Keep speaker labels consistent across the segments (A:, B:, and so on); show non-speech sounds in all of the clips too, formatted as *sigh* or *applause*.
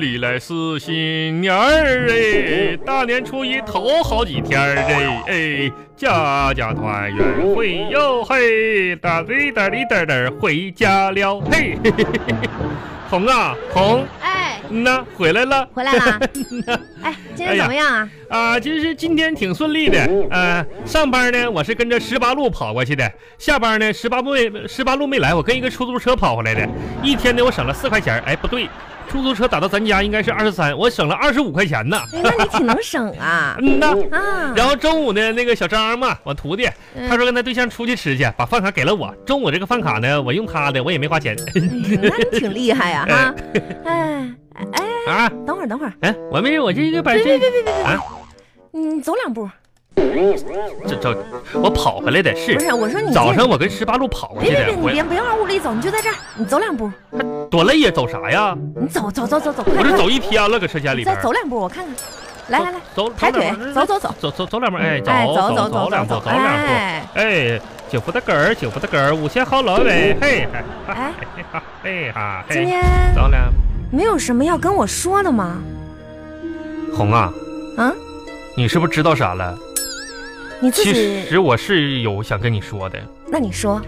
A: 里来是新年儿哎，大年初一头好几天儿哎哎，家家团圆会哟嘿，打滴打滴打儿回家了嘿，嘿嘿嘿嘿红啊红，
B: 哎，
A: 嗯呐回来了
B: 回
A: *laughs*
B: 来啦！哎，今天怎么样啊？
A: 啊，其实今天挺顺利的，呃，上班呢我是跟着十八路跑过去的，下班呢十八路没十八路没来，我跟一个出租车跑回来的，一天呢我省了四块钱儿，哎不对，出租车打到咱家应该是二十三，我省了二十五块钱呢，！
B: 哎，那你挺能省啊
A: *laughs* 嗯呐。
B: 啊，
A: 然后中午呢，那个小张嘛，我徒弟，
B: 嗯
A: 他说跟他对象出去吃去，把饭卡给了我。中午这个饭卡呢，我用他的，我也没花钱
B: 哎呀那你挺厉害呀啊哈！哎哎哎，
A: 啊。
B: 等会儿等会儿，
A: 哎，我没事，我这个把
B: 别
A: 这
B: 别别别别
A: 啊，
B: 你走两步，
A: 这这，我跑回来的是
B: 不是我说你这
A: 早上我跟十八路跑过
B: 别
A: 去
B: 别
A: 的
B: 别，，你
A: 我
B: 别不要往屋里走，你就在这儿，你走两步，
A: 多累呀，走啥呀？
B: 你走走走走走，
A: 我
B: 快
A: 这
B: 快，
A: 走一天了，搁车间里
B: 你
A: 边
B: 再
A: 儿。
B: 走两步，我看看。来来来，
A: 走，走
B: 抬腿
A: 两步，
B: 走走走，
A: 走走走两步，哎，
B: 哎，
A: 走走
B: 走走
A: 两
B: 走
A: 步，走
B: 走，
A: 两步。
B: 哎
A: 哎，九福的梗儿，九福的梗儿，五线好老尾，嘿，哎
B: 哎，
A: 嘿哈，嘿哈，
B: 今
A: 嘿，
B: 天
A: 走两步。
B: 没有什么要跟我说的吗？
A: 红啊，
B: 啊，
A: 你是不是知道啥了？
B: 你自
A: 其
B: 己，
A: 实我是有想跟你说的。
B: 那你说，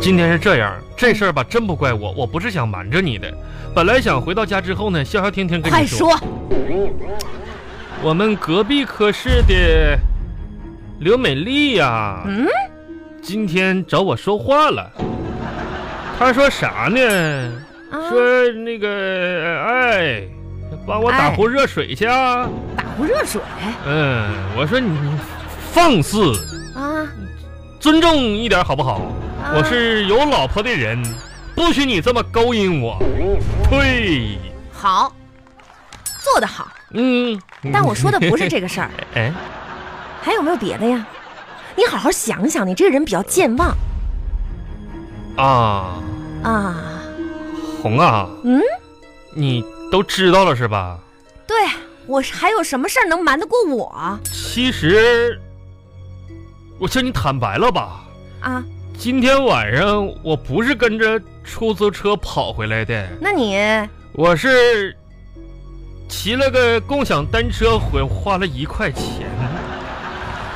A: 今天是这样，这事儿吧，真不怪我，我不是想瞒着你的。本来想回到家之后呢，消消停停跟
B: 快
A: 你
B: 说，
A: 我们隔壁科室的刘美丽呀、
B: 嗯，
A: 今天找我说话了。她说啥呢？
B: 啊，
A: 说那个，哎，帮我打
B: 哎
A: 壶热水去啊。
B: 打壶热水
A: 嗯，我说你放肆，
B: 啊。
A: 尊重一点好不好？
B: 啊
A: 我是有老婆的人，不许你这么勾引我。呸！
B: 好，做得好，
A: 嗯，
B: *laughs* 但我说的不是这个事儿，
A: 哎，
B: 还有没有别的呀？你好好想想，你这个人比较健忘
A: 啊，
B: 啊。
A: 红啊，
B: 嗯，
A: 你都知道了是吧？
B: 对我是还有什么事儿能瞒得过我啊？
A: 其实，我向你坦白了吧，
B: 啊
A: 今天晚上我不是跟着出租车跑回来的，
B: 那
A: *laughs*
B: 你
A: 我是骑了个共享单车回，花了一块钱。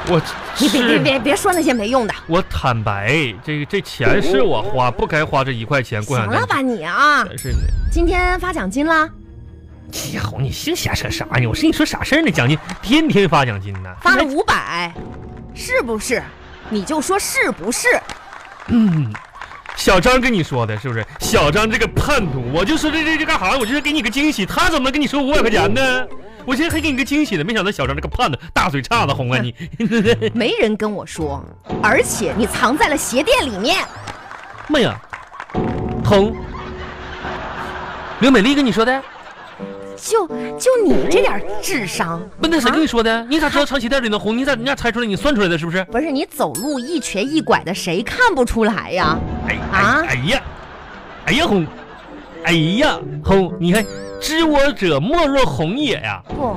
A: 我
B: 你别别
A: 是
B: 别别说那些
A: *laughs*
B: 没用的，
A: 我坦白，这这钱是我花，不该花这一块钱共
B: 行
A: 享单车。
B: 了吧你啊！
A: 但是呢，
B: 今天发奖金了，
A: 哎呀，红，你净瞎扯啥呢？我是跟你说啥事儿呢？奖金天天发奖金呢，
B: 发了五百，是不是？你就说是不是？
A: 小张跟你说的是不是？小张这个叛徒，我就说这这这干啥？我就是给你个惊喜，他怎么能跟你说五百块钱呢？我现在还给你个惊喜呢，没想到小张这个叛徒，大嘴叉子红啊你！ *laughs*
B: 没人跟我说，而且你藏在了鞋垫里面。
A: 妈呀，红，刘美丽跟你说
B: 啊
A: 的？
B: 就就你这点儿智商，
A: 不，那谁
B: 啊
A: 跟你说的？你咋知道藏鞋带里呢？红，你咋你咋猜出来？你算出来的是不是？
B: 不是你走路一瘸一拐的，谁看不出来呀？
A: 哎
B: 啊
A: 哎哎呀，哎呀红，哎呀红，你看知我者莫若红也呀、
B: 不，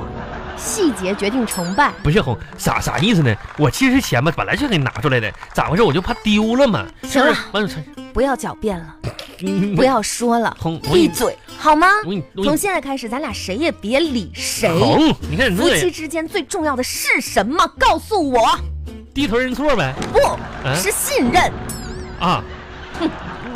B: 细节决定成败。
A: 不是红，啥啥意思呢？我其实钱吧，本来就给你拿出来的，咋回事？我就怕丢了嘛。
B: 行了
A: 完了，
B: 不要狡辩了，
A: 嗯
B: 不要说了，
A: 红，我给你，
B: 闭嘴好吗？
A: 我给你，我给
B: 从
A: 你
B: 现在开始，咱俩谁也别理谁。
A: 红，你看你
B: 夫
A: 这
B: 妻
A: 也
B: 之间最重要的是什么？告诉我，
A: 低头认错呗？
B: 不
A: 啊
B: 是信任。
A: 啊，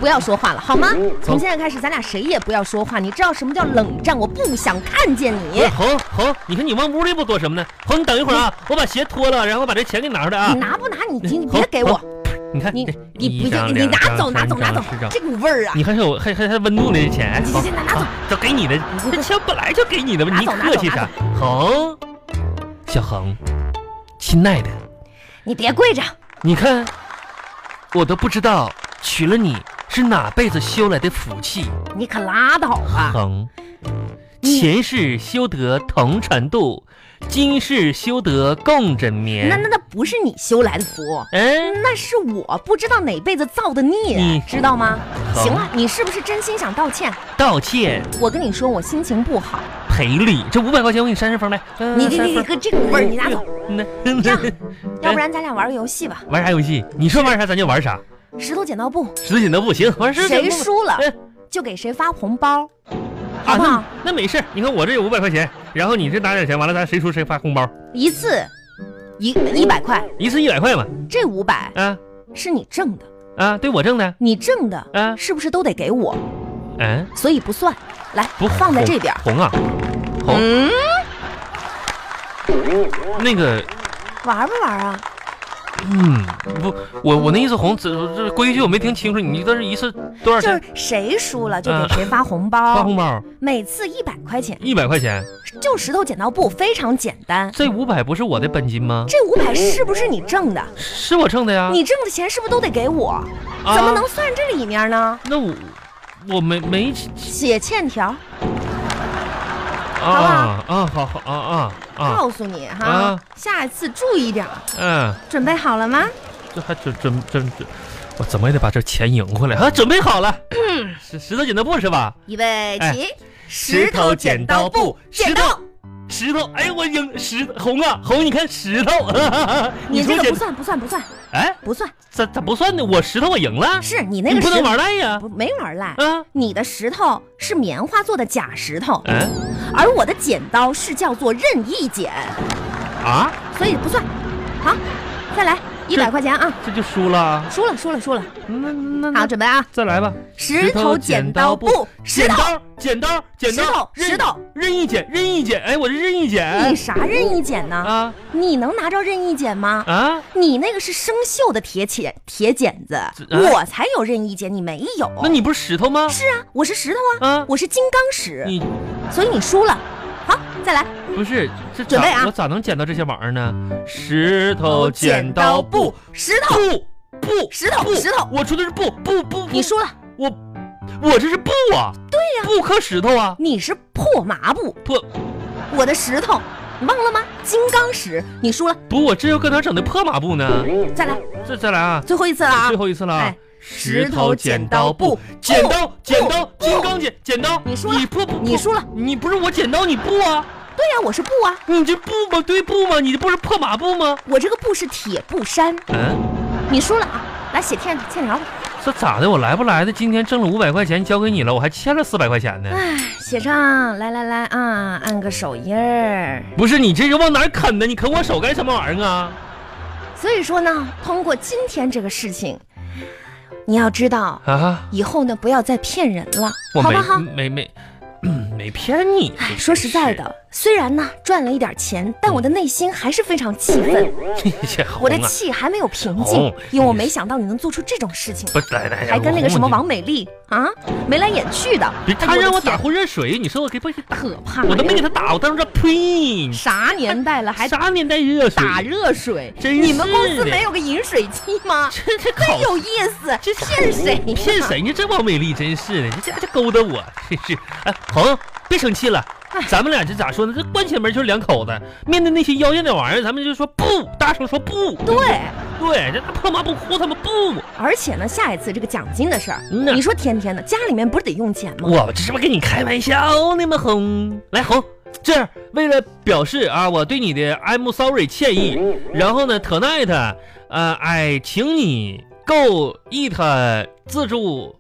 B: 不要说话了，好吗？从现在开始，咱俩谁也不要说话。你知道什么叫冷战？我不想看见
A: 不
B: 你
A: 是。红红，你看你往屋里不躲什么呢？红，你等一会儿啊，我把鞋脱了，然后把这钱给你拿出来啊
B: 你。拿不拿？你你
A: 嗯
B: 别给我。
A: 你看，
B: 你
A: 这
B: 你
A: 一
B: 不就
A: 张
B: 你
A: 两
B: 拿
A: 张
B: 走拿
A: 三
B: 走拿
A: 张
B: 走
A: 四张，
B: 这股味儿啊！
A: 你还有还还还温度呢，这钱。
B: 行行行拿走
A: 啊，这给你的，这钱本来就给你的嘛，你
B: 拿走拿走
A: 客气啥？红，小红，亲爱的。
B: 你别跪着，
A: 你看，我都不知道娶了你是哪辈子修来的福气。
B: 你可拉倒吧！
A: 哼，前世修得同船渡，今世修得共枕眠。
B: 那那那不是你修来的福，
A: 嗯，
B: 那是我不知道哪辈子造的
A: 你
B: 孽，知道吗？
A: 好
B: 行了，你是不是真心想道歉？
A: 道歉
B: 我跟你说，我心情不好。
A: 赔礼，这五百块钱我给你扇扇风来。嗯
B: 你你
A: 扇
B: 你
A: 风
B: 个这股味
A: 嗯
B: 儿，你拿走。
A: 那
B: 这样要不
A: 哎
B: 然咱俩玩个游戏吧，
A: *laughs* 玩啥游戏？你说玩啥咱就玩啥，
B: 石头剪刀布，
A: 实在剪刀布行，玩石头剪
B: 谁
A: 刀布
B: 输了
A: 哎
B: 就给谁发红包。好不好？
A: 那那没事儿，你看我这有五百块钱，然后你这拿点钱，完了咱谁输谁发红包，
B: 一次一一百块，
A: 一次一百块嘛。
B: 这五百
A: 啊
B: 是你挣的，
A: 啊，对我挣的。
B: 你挣的
A: 啊
B: 是不是都得给我？
A: 嗯，
B: 所以不算。来
A: 不，
B: 放在这边。
A: 红啊，红。
B: 嗯，
A: 那个，
B: 玩不玩啊？
A: 嗯，不，我我那意思红，这这规矩我没听清楚，你这是一次多少
B: *laughs* 就
A: 钱
B: 是？谁输了就
A: 嗯
B: 给谁发
A: *laughs*
B: 红
A: 发
B: 包，
A: 红包
B: 每次一百块钱，
A: 一百块钱，
B: 就石头剪刀布，非常简单。
A: 这五百不是我的本金吗？
B: 这五百是不是你挣的？
A: 是我挣的呀。
B: 你挣的钱是不是都得给我？
A: 啊
B: 怎么能算这里面呢？
A: 那我我没没
B: 写欠条，
A: 啊啊好好啊啊啊
B: 告诉你哈
A: 啊，
B: 下一次注意点儿。
A: 嗯，
B: 准备好了吗？
A: 这还真真真真，我怎么也得把这钱赢回
B: 嗯
A: 来啊！准备好了，石石头剪刀布是吧？
B: 预备
A: 哎
B: 起，
A: 石头剪刀布
B: 剪
A: 石
B: 刀
A: 头。石头，哎我赢石红啊红，你看石头， *laughs*
B: 你
A: 说
B: 这个
A: 剪
B: 不算，不算，不算，
A: 哎
B: 不算，
A: 咋咋不算呢？我石头我赢了，
B: 是你那
A: 你
B: 个
A: 不
B: 石
A: 能玩赖呀
B: 不没玩赖。
A: 啊！
B: 你的石头是棉花做的假石头，
A: 哎
B: 而我的剪刀是叫做任意剪，
A: 啊，
B: 所以不算。好，再来一百块钱啊！
A: 这就输了，
B: 输了，输了，输了。
A: 那那
B: 好，
A: 那
B: 准备啊！
A: 再来吧，
B: 石头剪刀布，石
A: 剪
B: 头。
A: 刀剪刀剪
B: 石
A: 刀
B: 头，石头
A: 任任意剪任意剪，哎我这任意剪
B: 你啥任意剪呢？
A: 啊
B: 你能拿着任意剪吗？
A: 啊！
B: 你那个是生锈的铁剪铁剪子，我才有任意剪，哎你没有。
A: 那你不是石头吗？
B: 是啊，我是石头啊，
A: 啊，
B: 我是金刚石，
A: 你
B: 所以你输了。好，再来。
A: 不是这咋
B: 准备啊
A: 我咋能捡到这些玩意儿呢？石头剪刀布，
B: 石头，
A: 布布
B: 石头
A: 布
B: 石头
A: 我出的是布布布，布
B: 你输了，
A: 我我这是布啊，对呀，布克石头啊，
B: 你是破麻布，
A: 破
B: 我的石头，你忘了吗？金刚石，你输了，
A: 不我这又搁哪整的破马布呢？
B: 再来，
A: 这再来啊，
B: 最后一次了啊
A: 最！后一次了啊
B: 哎。石头剪刀布
A: 剪刀剪刀
B: 布
A: 金刚剪剪刀，
B: 你输了
A: 你破不
B: 你输了，
A: 你不是我剪刀你布啊，
B: 对呀、我是布啊，
A: 你这布吗？对布吗？你这不是破马布吗？
B: 我这个布是铁布衫，
A: 嗯。
B: 你输了啊！来写欠欠条吧，
A: 这咋的？我来不来的？今天挣了五百块钱交给你了，我还欠了四百块钱呢。
B: 哎，写上，来来来啊，按个手印儿。
A: 不是你这是往哪儿啃呢？你啃我手干什么玩意儿啊？
B: 所以说呢，通过今天这个事情，你要知道，
A: 啊，
B: 以后呢不要再骗人了，
A: 我
B: 好
A: 没
B: 不好？
A: 没没嗯没骗你。
B: 哎，说实在的，虽然呢赚了一点钱，但我的内心还是非常气愤，
A: 真是， *laughs* 这
B: 我的
A: 红啊
B: 气还没有平
A: 红
B: 静，因为
A: 嗯哦
B: 我
A: 你
B: 没想到你能做出这种事情，
A: 不来来，
B: 还跟那
A: 哎我
B: 个什么
A: 你
B: 王美丽啊眉来眼去的
A: 别，
B: 哎
A: 他让我打
B: 的
A: 壶热水，你说我给不给
B: 天
A: 打？
B: 可怕呀，
A: 我都没给他打，我当时这呸，
B: 啥年代了还
A: 啥年代热水？
B: 打热水？
A: 真
B: 你们公
A: 是
B: 司
A: 的
B: 没有个饮水机吗？
A: 这这
B: 真
A: 考
B: 有意思，
A: 这
B: 骗谁呀？
A: 骗谁呢？这王美丽真是的，这家这勾搭我，真是。哎，红，别生气了，
B: 哎
A: 咱们俩这咋说呢？这关起门就是两口子，面对那些妖艳的玩意儿，咱们就说不，大声说不。
B: 对，
A: 对，这大破抹布糊他们不。
B: 而且呢，下一次这个奖金的事儿，
A: 嗯呐
B: 你说天天的家里面不是得用钱吗？
A: 我这是不是跟你开玩笑呢吗？红，来红。这样，为了表示啊我对你的 I'm sorry 歉意，然后呢，tonight，呃，哎，请你 go eat 自助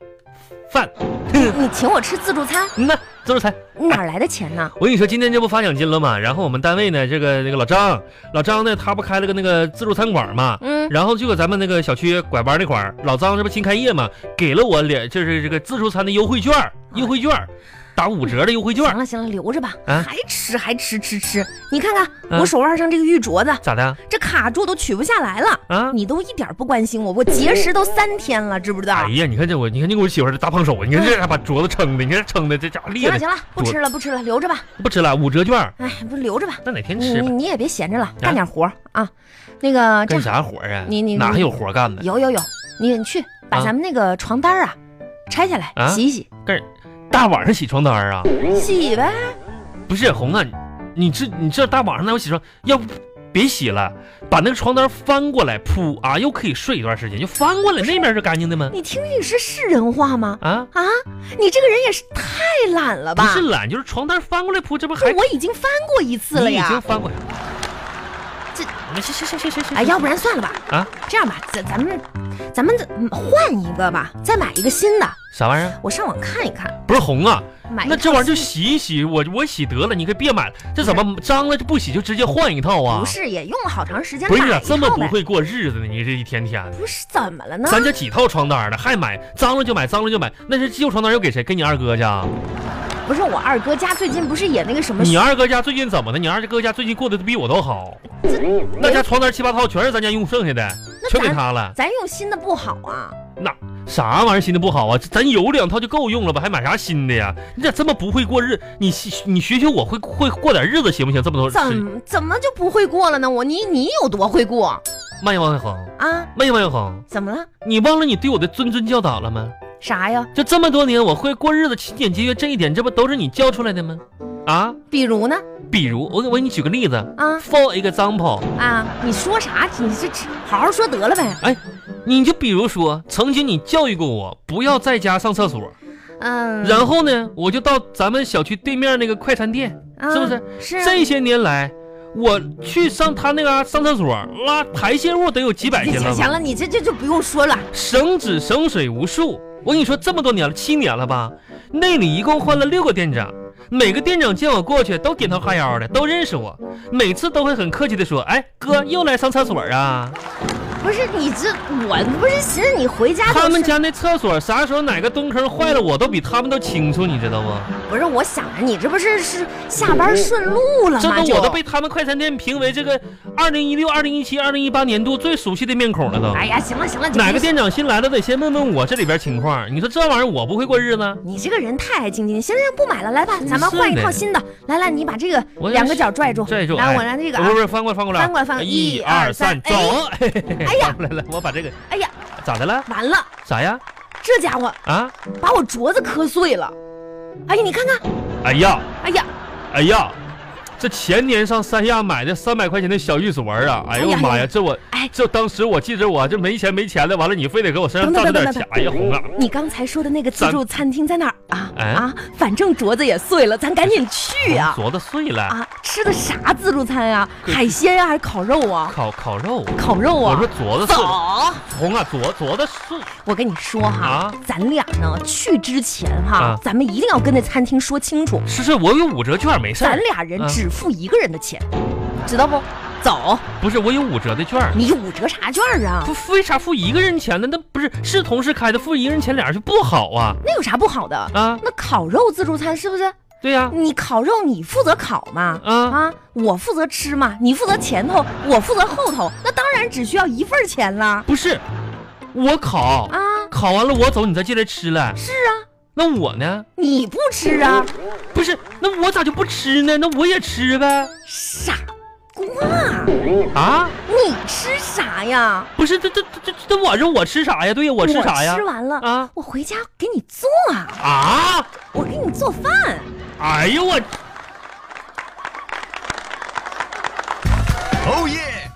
A: 饭，
B: 你请我吃自助餐，
A: 嗯呐，自助餐。
B: 哪儿来的钱呢？嗯
A: 我跟你说，今天这不发奖金了吗？然后我们单位呢，这个那个老张，老张呢，他不开了个那个自助餐馆嘛，
B: 嗯，
A: 然后就搁咱们那个小区拐弯那块儿，老张这不新开业嘛，给了我两就是这个自助餐的优惠券儿，优惠券儿，打五折的优惠券
B: 行
A: 儿，
B: 了行了，留着吧，
A: 啊
B: 还吃还吃吃吃，你看看、
A: 啊
B: 我手腕上这个玉镯子，
A: 咋的
B: 这卡住都取不下来了。
A: 啊？
B: 你都一点儿不关心我，我节食都三天了，知不知道？
A: 哎呀，你看这我，你看这我媳妇儿这大胖手，你看这还把镯子撑的，你看撑的这家伙
B: 行
A: 裂
B: 了
A: 的，
B: 行了，不吃了不吃了，留着吧。
A: 不吃了，五折券儿，
B: 哎，不留着吧，
A: 那哪天
B: 你
A: 吃
B: 你
A: 吧？
B: 你也别闲着了，干点活儿啊。那个这
A: 干
B: 样，
A: 啥活儿啊？
B: 你你
A: 哪还
B: 你
A: 有活儿干呢？
B: 有有有，你你去把
A: 啊
B: 咱们那个床单儿啊拆下来、
A: 啊
B: 洗一洗，
A: 干大晚上洗床单儿啊？
B: 洗呗。
A: 不是红啊，你这你这大晚上的我洗床，要不别洗了，把那个床单翻过来铺啊，又可以睡一段时间，就翻过来那边是干净的吗？
B: 你听你是是人话吗？
A: 啊，
B: 啊，你这个人也是太懒了
A: 不
B: 吧？
A: 是懒，就是床单翻过来铺，这不还
B: 我已经翻过一次了
A: 你已
B: 呀
A: 经。翻过来，
B: 这
A: 行行行行行行，
B: 哎，要不然算了吧。
A: 啊，
B: 这样吧，咱咱们咱们嗯换一个吧，再买一个新的。
A: 啥玩意儿？
B: 我上网看一看，
A: 不是红啊？
B: 买一
A: 那
B: 套
A: 这玩意儿就
B: 新
A: 洗一洗，我我洗得了，你可别买了，这怎么脏了就不洗，就直接换一套啊
B: 不？是也用了好长时间
A: 不
B: 买
A: 是你咋
B: 一
A: 这么
B: 套
A: 不
B: 呗？
A: 会过日子呢？你这一天天的，
B: 不是怎么了呢？
A: 咱家几套床单呢，还买脏了就买，脏了就买，那是旧床单又给谁？给你二哥家？
B: 不是我二哥家最近不是也那个什么
A: 你二哥家最近怎么的？你二哥家最近过得比我都好，那家床单七八套全是咱家用剩下的，
B: 那
A: 全给
B: 咱
A: 他了。
B: 咱用新的不好啊？
A: 啥玩意儿新的不好啊？咱有两套就够用了吧？还买啥新的呀？你咋这么不会过日？你学你学学我会会过点日子行不行？这么多时
B: 怎么怎么就不会过了呢？我你你有多会过
A: 慢呀王小红，
B: 啊？
A: 慢呀王小红，
B: 怎么了？
A: 你忘了你对我的谆谆教导了吗？
B: 啥呀？
A: 就这么多年，我会过日子、勤俭节约这一点，这不都是你教出来的吗？啊，
B: 比如呢？
A: 比如我给我给你举个例子
B: 啊
A: ，for example，
B: 啊，你说啥？你这好好说得了呗。
A: 你就比如说，曾经你教育过我不要在家上厕所，
B: 嗯，
A: 然后呢，我就到咱们小区对面那个快餐店，
B: 啊
A: 是不是？
B: 是啊
A: 这些年来，我去上他那嘎、上厕所拉排泄物得有几百
B: 行
A: 天
B: 行
A: 了
B: 行
A: 吧，
B: 了，你这这就不用说了。
A: 省纸省水无数。我跟你说，这么多年了，七年了吧？那里一共换了六个店长，每个店长见我过去都点头哈腰的，都认识我，每次都会很客气的说：“哎，哥又来上厕所啊。”
B: 不是你这，我不是寻思你回家、就是、
A: 他们家那厕所啥时候哪个蹲坑坏了，我都比他们都清楚，你知道吗？
B: 不是我想着你这不是是下班顺路了
A: 这
B: 吗？
A: 个我
B: 就
A: 都被他们快餐店评为这个二零一六、二零一七、二零一八年度最熟悉的面孔了都。
B: 哎呀，行了行了，就
A: 哪
B: 别
A: 个店长新来的得先问问我这里边情况。你说这玩意儿我不会过日子？
B: 你这个人太爱静静，行行，不买了，来吧，咱们换一套新的。来来，你把这个
A: 我
B: 两个脚拽住，
A: 拽住
B: 来，
A: 哎
B: 我来这个
A: 不
B: 啊
A: 是不。是，翻过来翻过来，哎
B: 翻过来翻过来
A: 一
B: 一
A: 二
B: 二
A: 三，
B: 三
A: 走！ *laughs* 哎
B: 哎呀
A: 来来，我把这个
B: 哎呀，
A: 咋的了？
B: 完了，
A: 啥呀？
B: 这家伙
A: 啊？
B: 把我镯子磕碎了。哎呀，你看看，
A: 哎呀
B: 哎呀，
A: 哎呀，这前年上三亚买的三百块钱的小玉镯儿啊！哎呦
B: 哎
A: 我
B: 呀
A: 妈
B: 哎
A: 呀，
B: 呀
A: 这我
B: 哎
A: 这当时我记着我这没钱没钱的，完了你非得给我身上
B: 等
A: 造
B: 等
A: 出点
B: 等
A: 钱
B: 等，
A: 哎呀红啊！
B: 你刚才说的那个自助餐厅在哪儿啊？
A: 哎
B: 啊，反正镯子也碎了，咱赶紧去啊！
A: 镯子碎了，
B: 啊，吃的啥自助餐呀、
A: 哎可
B: 海鲜呀、还是烤肉啊？
A: 烤烤肉。
B: 烤肉
A: 我
B: 啊
A: 说！镯子碎了，
B: 走，
A: 红啊，镯镯子碎。
B: 我跟你说哈，
A: 啊
B: 咱俩呢去之前哈，
A: 啊
B: 咱们一定要跟那餐厅说清楚，
A: 是是，我有五折券，没事
B: 咱
A: 儿。嗯
B: 俩人
A: 啊
B: 只付一个人的钱，知道不？走，
A: 不是，我有五折的券儿。
B: 你五折啥券啊？
A: 不为啥付一个人钱呢？那不是是同事开的，付一个人钱俩人就不好啊
B: 那有啥不好的？
A: 啊！
B: 那烤肉自助餐是不是？
A: 对呀、
B: 你烤肉你负责烤嘛，
A: 啊
B: 啊，我负责吃嘛，你负责前头，我负责后头，那当然只需要一份儿钱啦。
A: 不是我烤，
B: 啊，
A: 烤完了我走，你再进来吃来。
B: 是啊，
A: 那我呢？
B: 你不吃啊？
A: 不是，那我咋就不吃呢？那我也吃呗
B: 傻瓜，
A: 啊！
B: 你吃啥呀？
A: 不是，这这这这这我这我吃啥呀？对呀，我吃啥呀
B: 我吃？完了，
A: 啊
B: 我回家给你做啊，
A: 啊！
B: 我给你做饭。
A: 哎呦我。
C: Oh yeah!